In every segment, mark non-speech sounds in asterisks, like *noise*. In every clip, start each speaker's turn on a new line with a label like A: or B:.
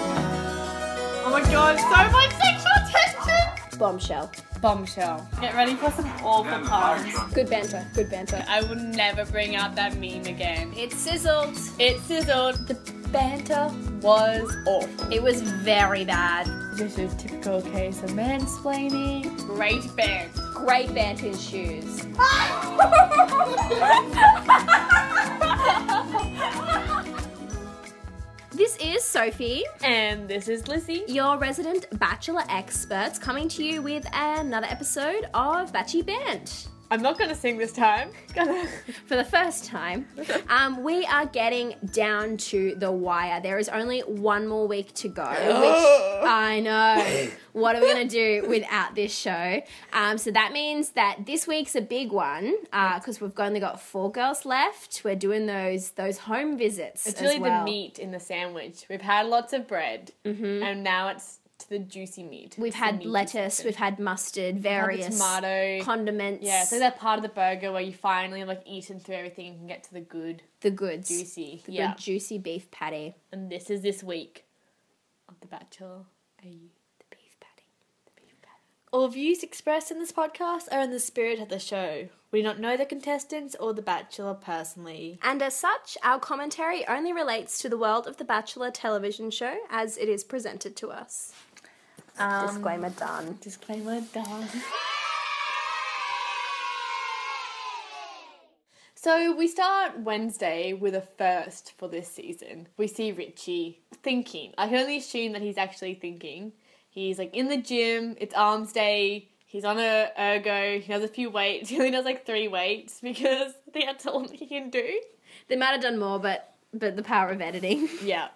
A: Oh my god, so much sexual tension!
B: Bombshell.
C: Bombshell.
A: Get ready for some awful times.
B: Good banter. Good banter.
C: I will never bring out that meme again.
D: It sizzled.
C: It sizzled.
B: The banter.
C: Was awful.
D: It was very bad.
C: Just a typical case of mansplaining. Great band.
B: Great banter in
D: *laughs*
B: shoes.
D: This is Sophie,
C: And this is Lizzie.
D: your resident bachelor experts, coming to you with another episode of Batchy Band.
C: I'm not gonna sing this time. *laughs*
A: *laughs*
C: Gonna.
D: For the
C: *laughs*
D: first time, um, we are getting down to the wire. There is only one more week
C: *gasps*
D: to go, which I know. What are we going to do without this show? Um, so that means that this week's a big one because we've only got four girls left. We're doing those those home visits.
C: It's
D: as
C: really
D: well. Mm-hmm.
C: the meat in the sandwich. We've had lots of bread, and now it's to the juicy meat.
D: We've
C: It's the
D: had
C: meaty
D: lettuce,
C: section.
D: we've had mustard,
C: Had the
D: various
C: tomato.
D: condiments.
C: yeah, so that part of the burger where you finally like eaten through everything and can get to the good
D: the goods,
C: juicy.
D: the
C: yeah,
D: good juicy beef patty,
C: and this is this week of The Bachelor. Are you?
D: the beef patty.
A: All views expressed in this podcast are in the spirit of the show. We do not know the contestants or the bachelor personally.
D: And as such, our commentary only relates to the world of The Bachelor television show as it is presented to us. Um, Disclaimer done.
C: Disclaimer done. So we start Wednesday with a first for this season. We see Richie thinking. I can only assume that he's actually thinking. He's like in the gym, it's arms day, he's on a ergo, he does a few weights, *laughs* he only does like three weights because *laughs* I think that's all he can do.
D: They might have done more, but but the power of editing. *laughs*
C: Yeah.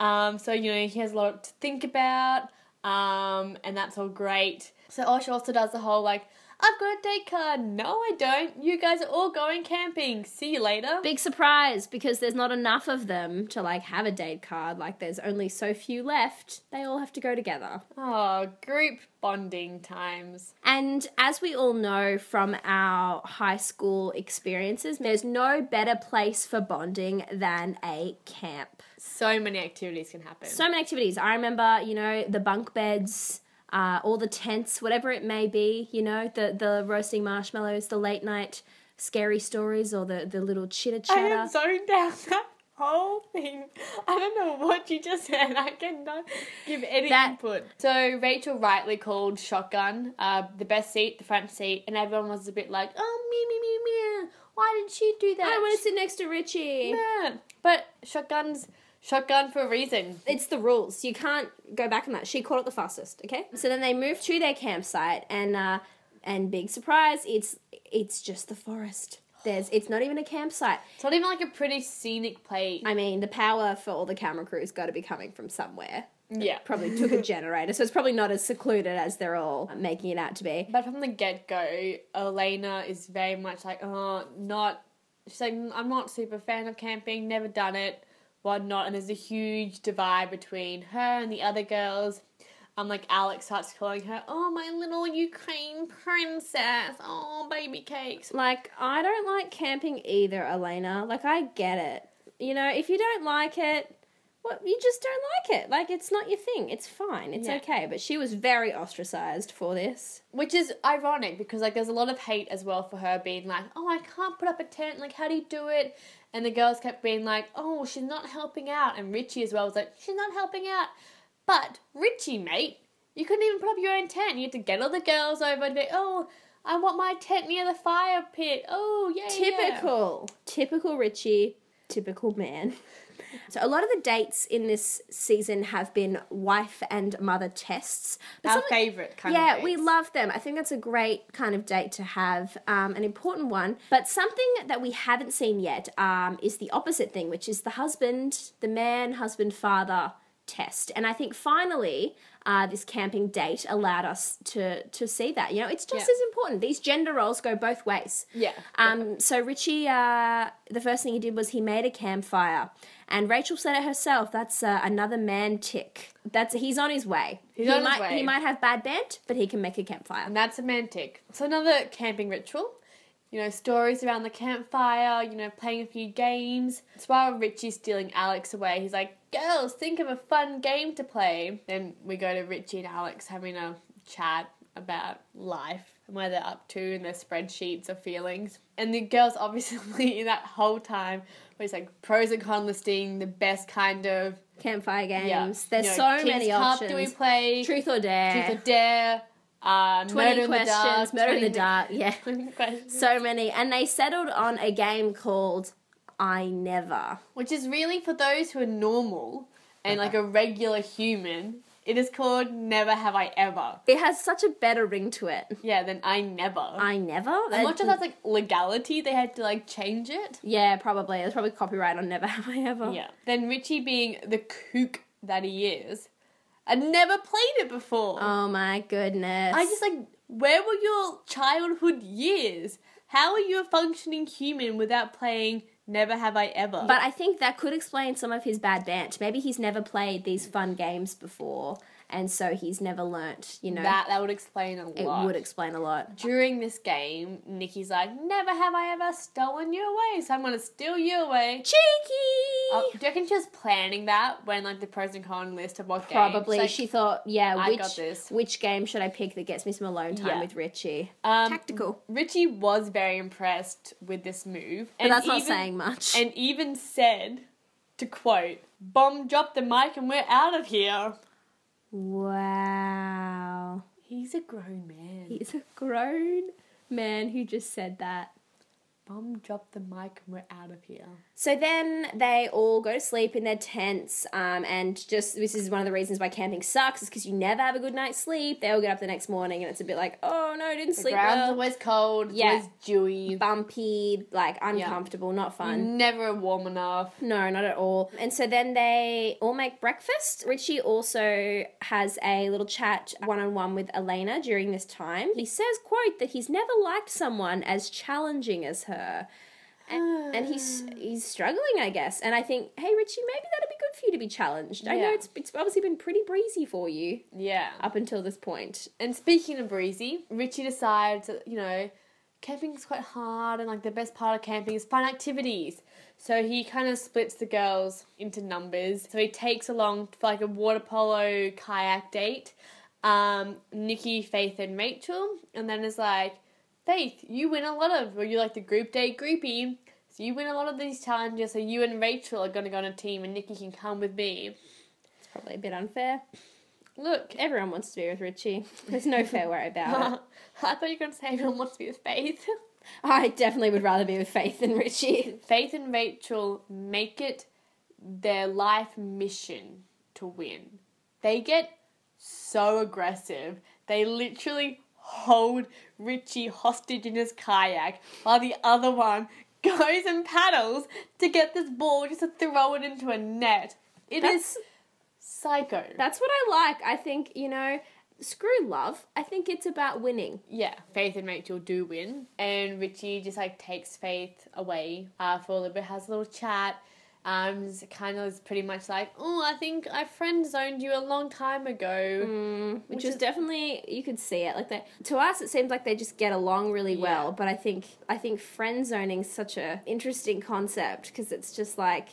C: Um, so, you know, he has a lot to think about, um, and that's all great. So, Osh also does the whole like, I've got a date card. No, I don't. You guys are all going camping. See you later.
D: Big surprise because there's not enough of them to like have a date card. Like there's only so few left. They all have to go together.
C: Oh, group bonding times.
D: And as we all know from our high school experiences, there's no better place for bonding than a camp.
C: So many activities can happen.
D: so many activities. I remember, you know, the bunk beds, uh, all the tents, whatever it may be. You know, the the roasting marshmallows, the late night scary stories, or the the little chitter
C: I am
D: chatter.
C: zoned out *laughs* that whole thing. I don't know what you just said. I cannot give any
D: That-
C: input. So Rachel rightly called shotgun uh, the best seat, the front seat, and everyone was a bit like, "Oh, me, me, me, me. Why did she do that?"
D: I want
C: *laughs*
D: to sit next to Richie.
C: Yeah. But shotguns, shotgun for a reason.
D: It's the rules. You can't go back on that. She caught it the fastest. Okay. So then they move to their campsite, and uh, and big surprise, it's it's just the forest. There's it's not even a campsite.
C: It's not even like a pretty scenic place.
D: I mean, the power for all the camera crews got to be coming from somewhere.
C: yeah.
D: probably took a generator, so it's probably not as secluded as they're all making it out to be.
C: But from the get go, Elena is very much like, oh, not. She's like, "Mm, I'm not super fan of camping, never done it, whatnot. And there's a huge divide between her and the other girls. Um, like Alex starts calling her, oh, my little Ukraine princess, oh, baby cakes.
D: Like, I don't like camping either, Elena. Like, I get it. You know, if you don't like it, what you just don't like it. Like, it's not your thing. It's fine. It's
C: Yeah.
D: okay. But she was very ostracized for this.
C: Which is ironic because like there's a lot of hate as well for her being like, oh, I can't put up a tent. Like, how do you do it? And the girls kept being like, oh, she's not helping out. And Richie as well was like, she's not helping out. But Richie, mate, you couldn't even put up your own tent. You had to get all the girls over to be, oh, I want my tent near the fire pit. Oh, yeah. yeah."
D: Typical. Typical Richie. Typical man. So a lot of the dates in this season have been wife and mother tests. But
C: Our
D: some of-
C: favorite kind
D: yeah,
C: of
D: we
C: dates.
D: love them. I think that's a great kind of date to have, um, an important one. But something that we haven't seen yet um, is the opposite thing, which is the husband, the man, husband, father test. And I think finally, uh, this camping date allowed us to to see that. You know, it's just
C: Yeah.
D: as important. These gender roles go both ways.
C: Yeah.
D: Um, so Richie, uh, the first thing he did was he made a campfire, and Rachel said it herself. That's uh, another man tick. That's he's on his way.
C: He's
D: he
C: on his
D: might,
C: way.
D: He might have bad bent, but he can make a campfire.
C: And that's semantic. So another camping ritual you know, stories around the campfire, you know, playing a few games. It's while Richie's stealing Alex away. He's like, girls, think of a fun game to play. Then we go to Richie and Alex having a chat about life and where they're up to and their spreadsheets of feelings. And the girls *laughs* obviously in that whole time where it's like pros and cons listing, the best kind of
D: Campfire games.
C: yeah,
D: There's
C: you know,
D: so
C: King's
D: many
C: Cup
D: options.
C: Do we play
D: Truth or dare.
C: Truth or Dare? Uh,
D: 20
C: Murder in the
D: Eh. questions.
C: Dark,
D: Murder in the
C: 20
D: dark. Yeah. *laughs*
C: 20 questions.
D: So many. And they settled on a game called I Never.
C: Which is really for those who are normal and like a
D: Uh-huh.
C: regular human. It is called Never Have I Ever.
D: It has such a better ring to it.
C: Yeah, then I never.
D: I Never?
C: I'm not sure that's like legality. They had to like change it.
D: Yeah, probably. There's probably copyright on Never *laughs* Have I Ever.
C: Yeah. Then Richie being the kook that he is, I'd never played it before.
D: Oh my goodness.
C: I just like, where were your childhood years? How are you a functioning human without playing Never Have I Ever?
D: But I think that could explain some of his bad bench. Maybe he's never played these fun games before, and so he's never learnt, you know.
C: that that would explain a
D: it
C: lot.
D: would explain a lot.
C: During this game, Nikki's like, "Never have I ever stolen you away, so I'm gonna steal you away."
D: Cheeky!
C: Oh, do you reckon she was planning that when like the pros and cons list of what game?
D: Probably.
C: She's like,
D: she thought, yeah,
C: I
D: which,
C: got this.
D: which game should I pick that gets me some alone time
C: Yeah.
D: with Richie?
C: um,
D: Tactical.
C: Richie was very impressed with this move,
D: But that's not saying much.
C: And even said, to quote, "Bomb drop the mic and we're out of here."
D: wow.
C: He's a grown man.
D: He's a grown man who just said that.
C: Bomb drop the mic and we're out of here.
D: So then they all go to sleep in their tents, um, and just this is one of the reasons why camping sucks is because you never have a good night's sleep. They all get up the next morning, and it's a bit like, oh no, I didn't
C: The
D: sleep
C: ground's
D: well.
C: always cold.
D: Yeah.
C: Yeah. Always dewy.
D: Bumpy, like uncomfortable, not fun.
C: Never warm enough.
D: No, not at all. And so then they all make breakfast. Richie also has a little chat one on one with Elena during this time. He says, quote, that he's never liked someone as challenging as her. And, and he's he's struggling, I guess. And I think, hey, Richie, maybe that'd be good for you to be challenged. I know
C: Yeah.
D: it's it's obviously been pretty breezy for you
C: Yeah.
D: up until this point.
C: And speaking of breezy, Richie decides, that, you know, camping's quite hard and like the best part of camping is fun activities. So he kind of splits the girls into numbers. So he takes along for like a water polo kayak date, um, Nikki, Faith, and Rachel, and then is like, Faith, you win a lot of, well, you're like the group date groupie. So you win a lot of these challenges. So you and Rachel are gonna go on a team, and Nikki can come with me.
D: It's probably a bit unfair.
C: Look,
D: Everyone wants to be with Richie. There's no fair way about it.
C: *laughs* I thought you were gonna say everyone wants to be with Faith. *laughs*
D: I definitely would rather be with Faith than Richie.
C: Faith and Rachel make it their life mission to win. They get so aggressive. They literally hold Richie hostage in his kayak while the other one *laughs* goes and paddles to get this ball just to throw it into a net. It is
D: That's-
C: psycho.
D: That's what I like. I think, you know, screw love. I think it's about winning.
C: yeah, Faith and Rachel do win, and Richie just like takes Faith away uh, for a little bit, has a little chat. Um, kind of is pretty much like, oh, I think I friend zoned you a long time ago.
D: Which,
C: Which
D: is,
C: is-
D: definitely you could see it. Like that to us it seems like they just get along really
C: Yeah.
D: well, but I think I think friend zoning is such a interesting concept because it's just like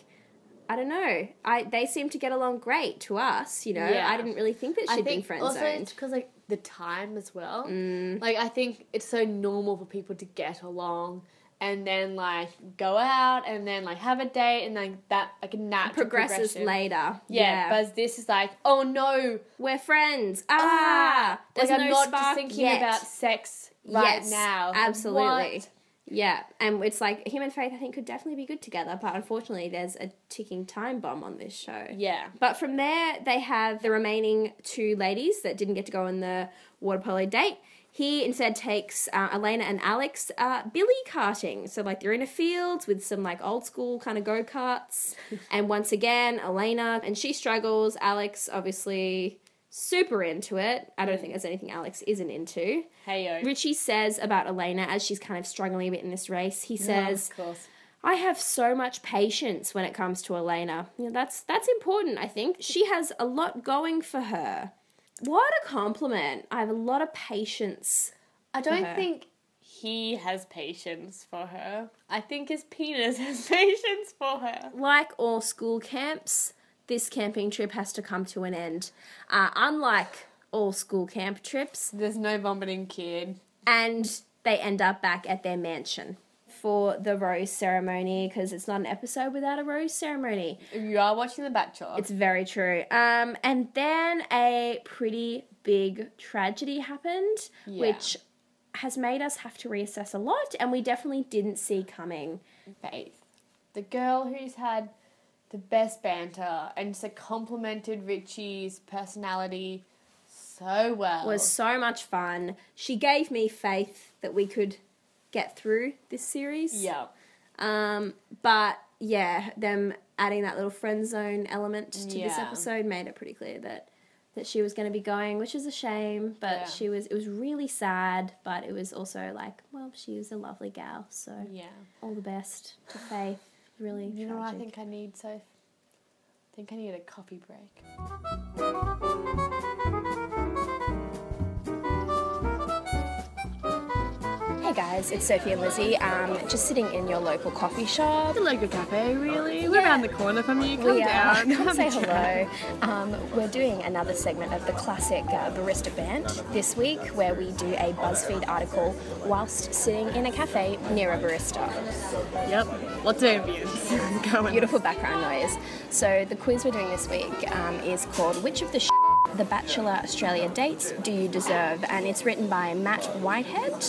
D: I don't know. I they seem to get along great to us, you know.
C: Yeah.
D: I didn't really think that she'd been friend
C: also
D: zoned.
C: it's because like the time as well.
D: Mm.
C: Like I think it's so normal for people to get along and then like go out and then like have a date and like that like a natural
D: Progresses
C: progression.
D: later.
C: Yeah, but this is like, oh no,
D: we're friends. Ah, there's
C: like
D: no
C: I'm not
D: spark
C: just thinking
D: yet.
C: about sex right
D: Yes,
C: now.
D: absolutely.
C: What?
D: Yeah, and it's like him and Faith, I think, could definitely be good together, but unfortunately, there's a ticking time bomb on this show.
C: Yeah.
D: But from there, they have the remaining two ladies that didn't get to go on the water polo date. He instead takes uh, Elena and Alex uh, billy karting. So, like, they're in a field with some, like, old school kind of
C: *laughs*
D: go karts. and once again, Elena, and she struggles. Alex, obviously, super into it. I
C: Mm.
D: don't think there's anything Alex isn't into.
C: Heyo.
D: Richie says about Elena as she's kind of struggling a bit in this race. He says,
C: of course.
D: "I have so much patience when it comes to Elena. You know, that's that's important. I think she has a lot going for her. What a compliment! I have a lot of patience.
C: I don't
D: her.
C: think he has patience for her. I think his penis *laughs* has patience for her.
E: Like all school camps, this camping trip has to come to an end. Uh, unlike all school camp trips,
C: There's no vomiting kid.
E: and they end up back at their mansion for the rose ceremony because it's not an episode without a rose ceremony.
C: If you are watching The Bachelor,
E: It's very true. Um, and then a pretty big tragedy happened,
C: Yeah.
E: which has made us have to reassess a lot, and we definitely didn't see coming.
C: Faith, the girl who's had the best banter and so complimented Richie's personality so well.
E: was so much fun. She gave me faith that we could get through this series.
C: yeah.
E: Um, but yeah, them adding that little friend zone element to this
C: Yeah.
E: episode made it pretty clear that that she was going to be going, which is a shame. But
C: Yeah.
E: she was. It was really sad, but it was also like, well, she was a lovely gal, so
C: Yeah.
E: all the best to Faith. Really,
C: You know what I
E: tragic.
C: think I need, Soph? I think I need a coffee break.
D: Hey guys, it's Sophie and Lizzie. Um, just sitting in your local coffee shop.
F: Local cafe, really. We're around the corner from you. Come
D: we are.
F: down.
D: *laughs* Come say hello. Um, we're doing another segment of the classic uh, barista band this week, where we do a BuzzFeed article whilst sitting in a cafe near a barista.
F: Yep. Lots of ambience *laughs* going.
D: beautiful background noise. So the quiz we're doing this week um, is called "Which of the sh- the Bachelor Australia dates do you deserve?" and it's written by Matt Whitehead.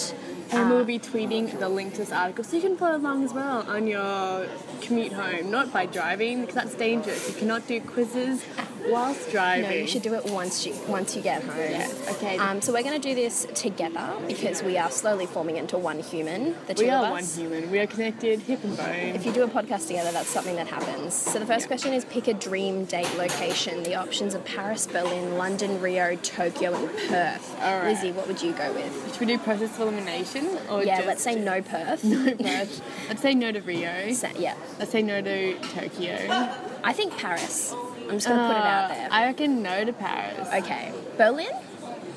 F: And we'll be tweeting the link to this article so you can follow along as well on your commute home, not by driving because that's dangerous. You cannot do quizzes whilst driving.
D: No, you should do it once you once you get home.
F: okay.
D: Um, so we're going to do this together because we are slowly forming into one human. The two
F: we
D: of
F: are
D: us.
F: one human. We are connected, hip and bone.
D: If you do a podcast together, that's something that happens. So the first question is pick a dream date location. The options are Paris, Berlin, London, Rio, Tokyo, and Perth.
F: All right.
D: Lizzie, what would you go with?
F: Should we do process of elimination or
D: yeah,
F: just-
D: let's say no Perth. *laughs*
F: Perth? Let's say no to Rio.
D: So, yeah.
F: Let's say no to Tokyo. Uh,
D: I think Paris. I'm just gonna put it out there.
F: I reckon no to Paris.
D: okay. Berlin?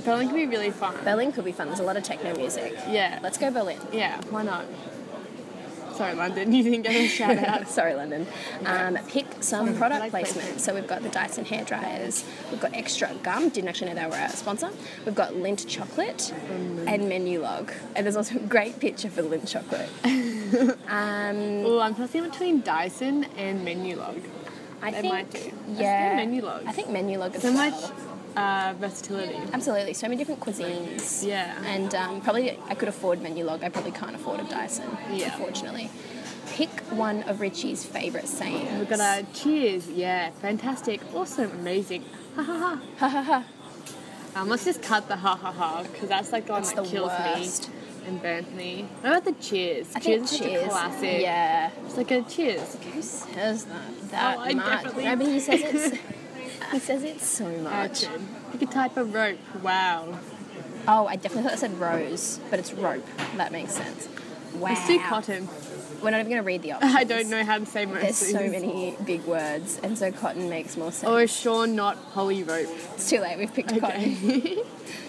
F: Berlin can be really fun.
D: Berlin could be fun. There's a lot of techno music.
F: Yeah.
D: Let's go Berlin.
F: Yeah, why not? Sorry, London, *laughs* you didn't get a shout *laughs* out.
D: Sorry, London. Um, pick some product placement.
F: product placement.
D: So we've got the Dyson hair dryers. We've got Extra Gum. Didn't actually know they were a sponsor. We've got Lint Chocolate and Menu Log. And there's also a great picture for Lint Chocolate. um,
F: Well, I'm tossing between Dyson and Menu Log.
D: I
F: They
D: think
F: might do. Let's do
D: yeah,
F: Menu Log.
D: I think Menu Log is
F: So much
D: well.
F: uh, versatility.
D: Absolutely, so many different cuisines.
F: Yeah.
D: And um, probably I could afford menu log. I probably can't afford a Dyson,
F: Yeah.
D: unfortunately. Pick one of Richie's favourite sayings.
F: We've got our cheers, yeah, fantastic, awesome, amazing, ha ha ha. *laughs*
D: ha ha ha.
F: Um, let's just cut the ha ha ha, because that's like the one
D: That's
F: that
D: the
F: kills
D: worst.
F: me and burns me. What about the cheers?
D: I
F: cheers
D: think
F: is
D: cheers.
F: such a classic.
D: Yeah.
F: It's like a cheers.
D: Who says that that
F: Oh, I
D: much?
F: definitely-
D: No, but he
F: *laughs*
D: says it. he says it so much.
F: Action. Like a type of rope, wow.
D: Oh, I definitely thought it said rose, but it's rope. That makes sense. Wow.
F: It's too cotton. *laughs*
D: We're not even gonna read the options.
F: I don't know how to say most
D: There's
F: of
D: so
F: *laughs* these.
D: many big words, and so cotton makes more sense.
F: Or a sure not poly rope.
D: It's too late. We've picked a cotton.
F: Oh, *laughs* Okay.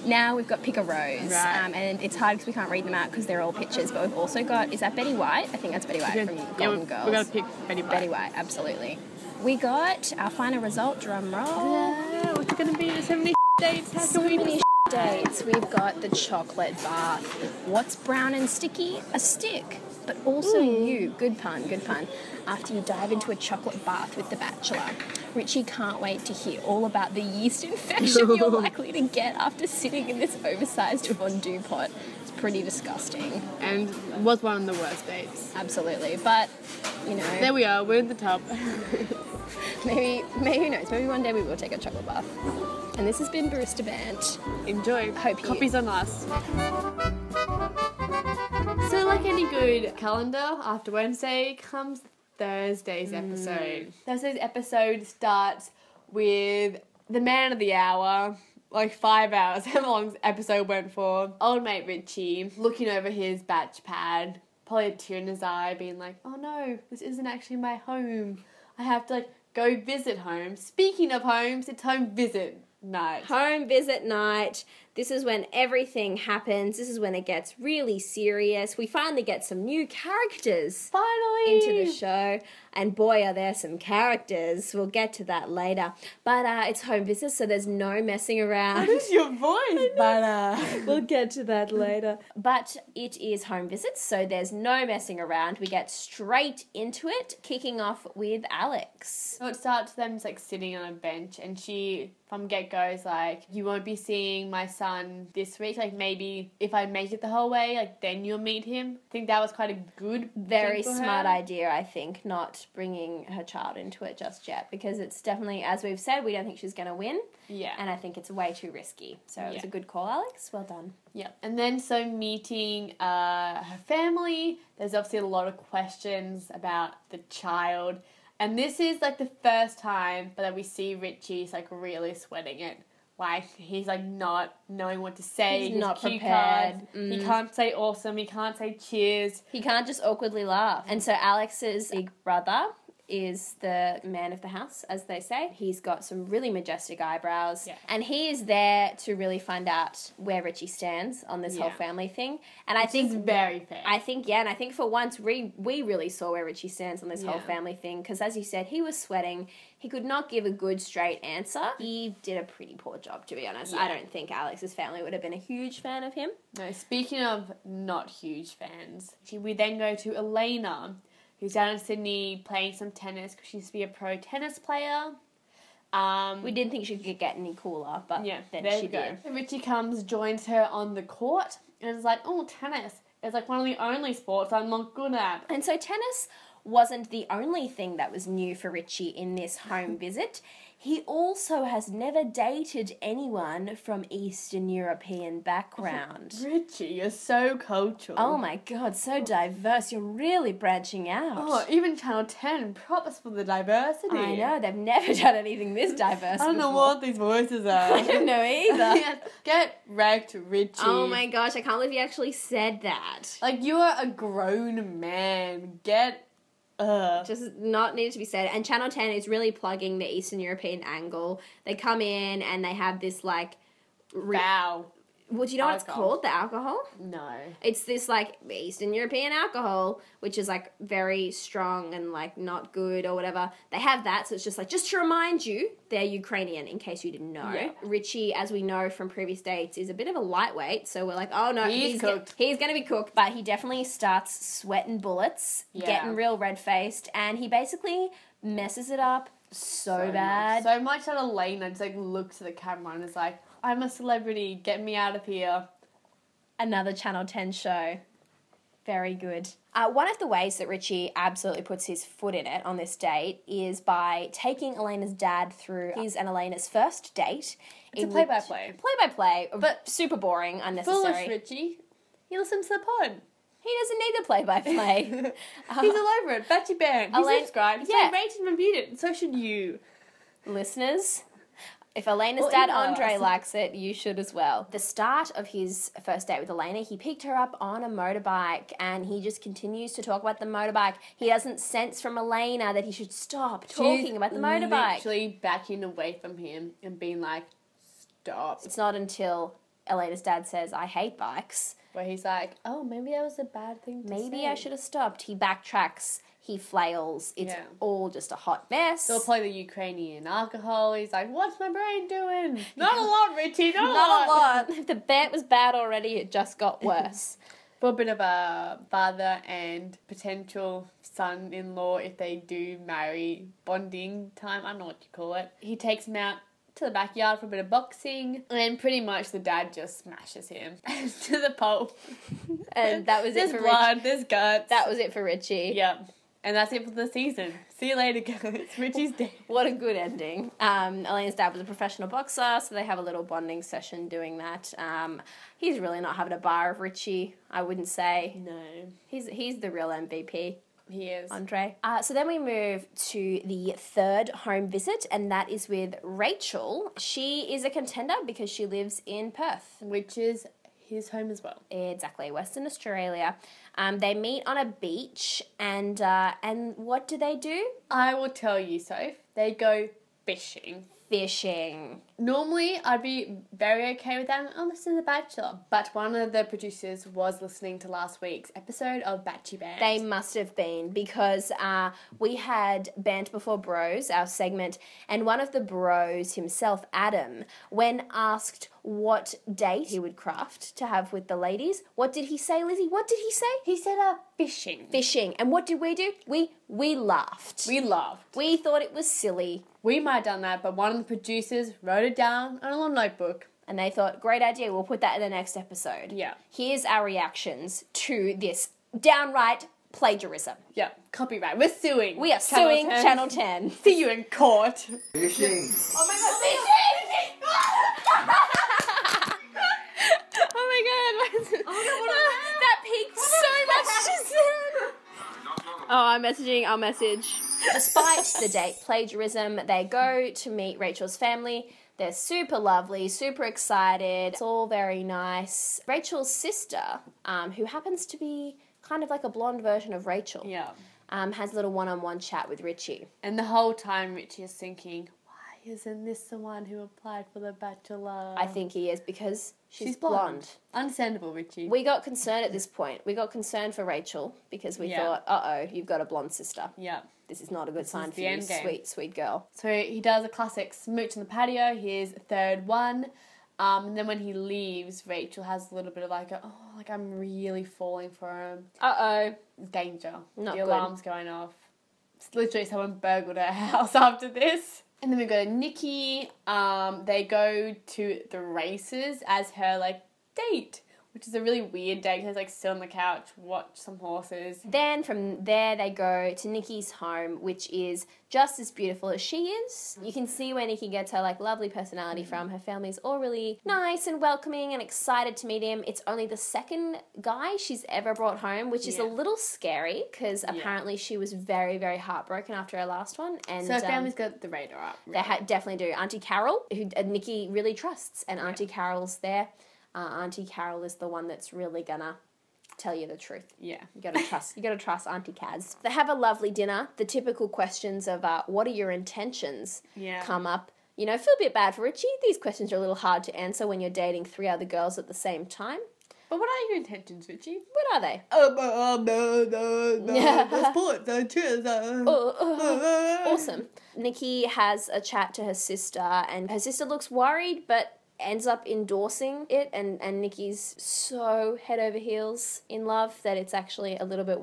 D: Now we've got pick a rose,
F: Right.
D: um, and it's hard because we can't read them out because they're all pictures. But we've also got is that Betty White? I think that's Betty White from Golden
F: yeah, we-
D: Girls.
F: we gotta pick Betty White.
D: Betty White, absolutely. We got our final result. Drum roll.
F: Yeah, Ah, what's it gonna be? There's so many *laughs* dates. How
D: So
F: can we
D: many
F: just-
D: dates. We've got the chocolate bath. What's brown and sticky? A stick, but also you. Good pun. Good pun. After you dive into a chocolate bath with the Bachelor, Richie can't wait to hear all about the yeast infection you're likely to get after sitting in this oversized fondue pot. It's pretty disgusting.
F: And was one of the worst dates.
D: Absolutely, but you know,
F: There we are. We're in the tub.
D: maybe, maybe who knows? Maybe one day we will take a chocolate bath. And this has been Barista Band.
F: *laughs* Enjoy.
D: Hope you-
F: Copies on us.
C: So, like any good calendar, after Wednesday comes Thursday's
F: Mm.
C: episode. Thursday's episode starts with the man of the hour, like five hours, *laughs* how long the episode went for. Old mate Richie looking over his batch pad, probably a tear in his eye, being like, oh no, this isn't actually my home. I have to like go visit home. Speaking of homes, it's home visit night.
E: Home visit night.
D: This is when everything happens. This is when it gets really serious. We finally get some new characters
C: Finally!
D: into the show. And boy, are there some characters. We'll get to that later. But uh, it's home business, so there's no messing around.
C: your voice, but uh,
D: *laughs* we'll get to that later. But it is home visits, so there's no messing around. We get straight into it, kicking off with Alex.
C: So it starts them just, like sitting on a bench, and she from get go is like, "You won't be seeing my son this week. Like maybe if I make it the whole way, like then you'll meet him." I think that was quite a good,
D: Very
C: thing for
D: smart
C: her.
D: idea, I think, not bringing her child into it just yet because it's definitely, as we've said, we don't think she's going to win,
C: Yeah,
D: and I think it's way too risky. So it was
C: Yeah.
D: a good call, Alex. Well done.
C: yeah. And then so meeting uh, her family. There's obviously a lot of questions about the child, and this is like the first time that we see Richie's like really sweating it. Like he's like not knowing what to say.
D: He's
C: his
D: not
C: cue
D: prepared. Mm.
C: cards. He can't say awesome. He can't say cheers.
D: He can't just awkwardly laugh. And so Alex's big brother is the man of the house, as they say. He's got some really majestic eyebrows.
C: Yeah.
D: And he is there to really find out where Richie stands on this whole
C: Yeah.
D: family thing. And I
C: It's
D: think
C: very fair.
D: Mm-hmm. I think yeah, and I think for once we we really saw where Richie stands on this whole
C: Yeah.
D: family thing because as you said, he was sweating. He could not give a good straight answer. He did a pretty poor job, to be honest. I
C: Yeah.
D: don't think Alex's family would have been a huge fan of him.
C: No, speaking of not huge fans, she- we then go to Elena, who's down in Sydney playing some tennis because she used to be a pro tennis player. Um,
D: We didn't think she could get any cooler, but
C: yeah,
D: then
C: there
D: she
C: you go.
D: did.
C: So Richie comes, joins her on the court, and is like, "Oh, tennis is like one of the only sports I'm not good at."
D: And so tennis wasn't the only thing that was new for Richie in this
C: *laughs*
D: home visit. He also has never dated anyone from Eastern European background.
C: Richie, you're so cultural.
D: Oh my god, so diverse. You're really branching out.
C: Oh, even Channel Ten props for the diversity.
D: I know, they've never *laughs* done anything this diverse.
C: I don't know
D: before.
C: what these voices
D: I *laughs*
C: are. *laughs*
D: don't know either.
C: Yes, Get wrecked, Richie.
D: oh my gosh, I can't believe you actually said that.
C: Like you are a grown man. Get uh
D: just not needed to be said. And Channel 10 is really plugging the Eastern European angle. They come in and they have this like. Re-
C: bow.
D: well, do you know what it's
C: alcohol.
D: called? The alcohol?
C: No.
D: It's this like Eastern European alcohol, which is like very strong and like not good or whatever. They have that, so it's just like just to remind you they're Ukrainian in case you didn't know.
C: Yeah.
D: Richie, as we know from previous dates, is a bit of a lightweight, so we're like, oh no,
C: He's
D: go-
C: cooked.
D: he's going to be cooked, but he definitely starts sweating bullets,
C: Yeah.
D: getting real red faced, and he basically messes it up so,
C: much-
D: bad.
C: So much that Elena just like looks at the camera and is like, I'm a celebrity, get me out of here.
D: another Channel 10 show. Very good. Uh, one of the ways that Richie absolutely puts his foot in it on this date is by taking Elena's dad through his and Elena's first date.
C: It's a play by play.
D: Play by play, but super boring, unnecessary.
C: Foolish Richie. He listens to the pod.
D: He doesn't need the play
C: *laughs*
D: by play.
C: He's all over it. Betty Band. He
D: Oh. Elaine-
C: subscribed. He's
D: yeah.
C: yeah. rated and reviewed it. And so should you.
D: Listeners, if Elena's
C: Or
D: dad
C: email
D: Andre
C: us.
D: likes it, you should as well. The start of his first date with Elena, he picked her up on a motorbike and he just continues to talk about the motorbike. He doesn't sense from Elena that he should stop talking
C: She's
D: about the motorbike.
C: Literally backing away from him and being like, stop.
D: It's not until Elena's dad says, I hate bikes,
C: Where he's like, oh, maybe that was a bad thing to
D: maybe
C: say."
D: I should have stopped. He backtracks, he flails. It's
C: Yeah.
D: all just a hot mess.
C: They'll play the Ukrainian alcohol. He's like, what's my brain
D: *laughs*
C: doing? Not a lot, Richie, not,
D: not a lot. *laughs* If the bet was bad already, it just got worse. *laughs*
C: For a bit of a father and potential son in law, if they do marry, bonding time, I don't know what you call it. He takes him out to the backyard for a bit of boxing, and pretty much the dad just smashes him *laughs* to the
D: *laughs*
C: pulp.
D: and that was
C: There's
D: it for Richie.
C: blood, there's guts.
D: That was it for Richie.
C: Yep. And that's it for the season. See you later, guys. *laughs* Richie's dead.
D: What a good ending. Um, Elena's dad was a professional boxer, so they have a little bonding session doing that. Um, he's really not having a bar of Richie, I wouldn't say.
C: No,
D: He's, he's the real MVP.
C: he is.
D: Andre. Uh, so then we move to the third home visit, and that is with Rachel. She is a contender because she lives in Perth,
C: Which is his home as well.
D: exactly Western Australia. Um, they meet on a beach, and uh, and what do they do?
C: I will tell you, Soph. They go fishing.
D: fishing.
C: Normally, I'd be very okay with that. Oh, this is The Bachelor. But one of the producers was listening to last week's episode of Batchy Band.
D: They must have been because uh, we had Band Before Bros, our segment, and one of the bros himself, Adam, when asked what date he would craft to have with the ladies, what did he say, Lizzie? What did he say?
C: he said, uh, fishing.
D: Fishing. And what did we do? We we laughed.
C: We loved.
D: we thought it was silly.
C: We might have done that, but one of the producers wrote it down on a little notebook.
D: And they thought, great idea, we'll put that in the next episode.
C: Yeah.
D: Here's our reactions to this downright plagiarism.
C: Yeah, copyright. We're suing.
D: We are
C: Channel
D: suing
C: 10. *laughs*
D: Channel 10.
C: See you in court.
D: *laughs*
G: Fishing.
D: oh my god, *laughs* that peaked so much Oh, I'm messaging, I'll message. Despite the date plagiarism, they go to meet Rachel's family. They're super lovely, super excited. It's all very nice. Rachel's sister, um, who happens to be kind of like a blonde version of Rachel,
C: Yeah.
D: um, has a little one on one chat with Richie.
C: And the whole time, Richie is thinking, why isn't this the one who applied for The Bachelor?
D: I think he is because she's,
C: She's blonde.
D: blonde.
C: Understandable, Richie.
D: We got concerned at this point. We got concerned for Rachel because we
C: Yeah.
D: thought, uh oh, you've got a blonde sister.
C: yeah.
D: This is not a good sign
C: is
D: for
C: the
D: you,
C: end game.
D: sweet, sweet girl.
C: So he does a classic smooch in the patio. Here's third one. Um, and then when he leaves, Rachel has a little bit of like, a, oh, like I'm really falling for him.
D: Uh oh.
C: Danger.
D: Not
C: the
D: good.
C: alarm's going off. It's literally someone burgled her *laughs* house after this. And then we go to Nikki. Um, they go to the races as her like date, which is a really weird date. She's like sit on the couch, watch some horses.
D: Then from there, they go to Nikki's home, which is just as beautiful as she is. You can see where Nikki gets her like lovely personality from. Her family's all really nice and welcoming and excited to meet him. It's only the second guy she's ever brought home, which is a
C: Yeah.
D: little scary because apparently she was very, very heartbroken after her last one. And
C: So her
D: um,
C: family's got the radar up.
D: They ha- definitely do. Auntie Carol, who uh, Nikki really trusts, and Auntie Carol's there. Uh, Auntie Carol is the one that's really gonna tell you the truth.
C: Yeah.
D: You gotta trust. You gotta trust Auntie Kaz. They have a lovely dinner. The typical questions of uh, what are your intentions
C: Yeah.
D: come up. You know, feel a bit bad for Richie. These questions are a little hard to answer when you're dating three other girls at the same time.
C: But what are your intentions, Richie?
D: What are they?
F: Oh, no, no, no, no.
C: Oh.
D: Yeah.
F: Sports, uh, cheers, uh,
D: Oh, *laughs* oh,
F: uh.
D: awesome. Nikki has a chat to her sister, and her sister looks worried, but ends up endorsing it. And, and Nikki's so head over heels in love that it's actually a little bit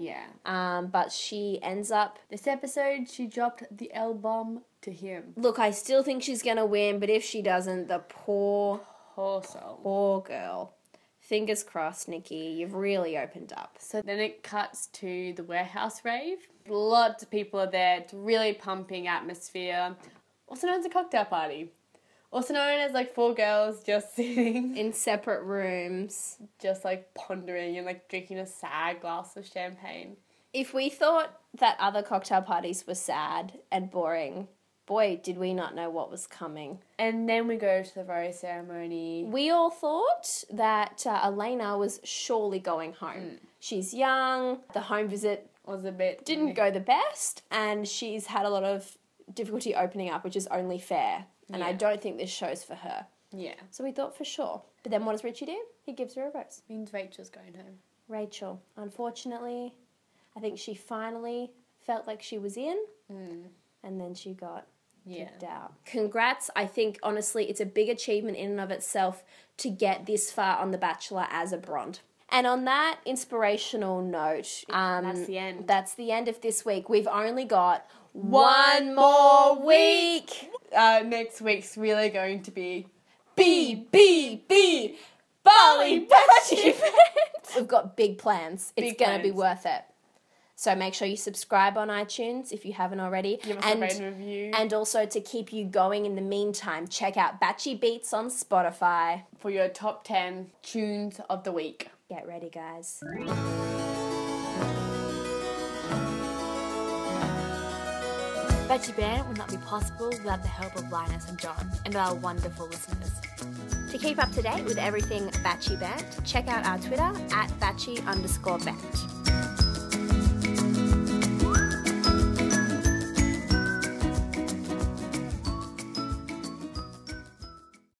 C: *laughs* Yeah.
D: Um, but she ends up.
C: This episode, she dropped the L bomb to him.
D: Look, I still think she's gonna win, but if she doesn't, the poor,
C: Poor soul.
D: poor girl. Fingers crossed, Nikki. You've really opened up.
C: So then it cuts to the warehouse rave. Lots of people are there. It's really pumping atmosphere. Also known as a cocktail party. Also known as like four girls just *laughs* sitting,
D: In separate rooms.
C: just like pondering and like drinking a sad glass of champagne.
D: if we thought that other cocktail parties were sad and boring, boy, did we not know what was coming.
C: And then we go to the rose ceremony.
D: We all thought that uh, Elena was surely going home. She's young, the home visit
C: Was a bit
D: didn't go the best, and she's had a lot of difficulty opening up, which is only fair. And I
C: Yeah.
D: don't think this shows for her.
C: Yeah,
D: So we thought for sure. But then what does Richie do? He gives her a rose.
C: means Rachel's going home.
D: Rachel, unfortunately, I think she finally felt like she was in, Hmm. and then she got
C: Yeah.
D: kicked out. Congrats. I think, honestly, it's a big achievement in and of itself to get this far on The Bachelor as a Bronze. And on that inspirational note, um,
C: That's the end.
D: That's the end of this week. We've only got one more week.
C: Uh, next week's really going to be
D: B B B Bali Batchy We've got big plans. It's
C: Big
D: gonna be
C: plans.
D: worth it. So make sure you subscribe on iTunes if you haven't already.
C: give us a
D: and
C: rating review
D: and also to keep you going in the meantime, check out Batchy Beats on Spotify.
C: for your top ten tunes of the week.
D: Get ready, guys.
A: Veggie Band would not be possible without the help of Linus and John and our wonderful listeners.
D: To keep up to date with everything Batchy Band, check out our Twitter at Batchy underscore Band.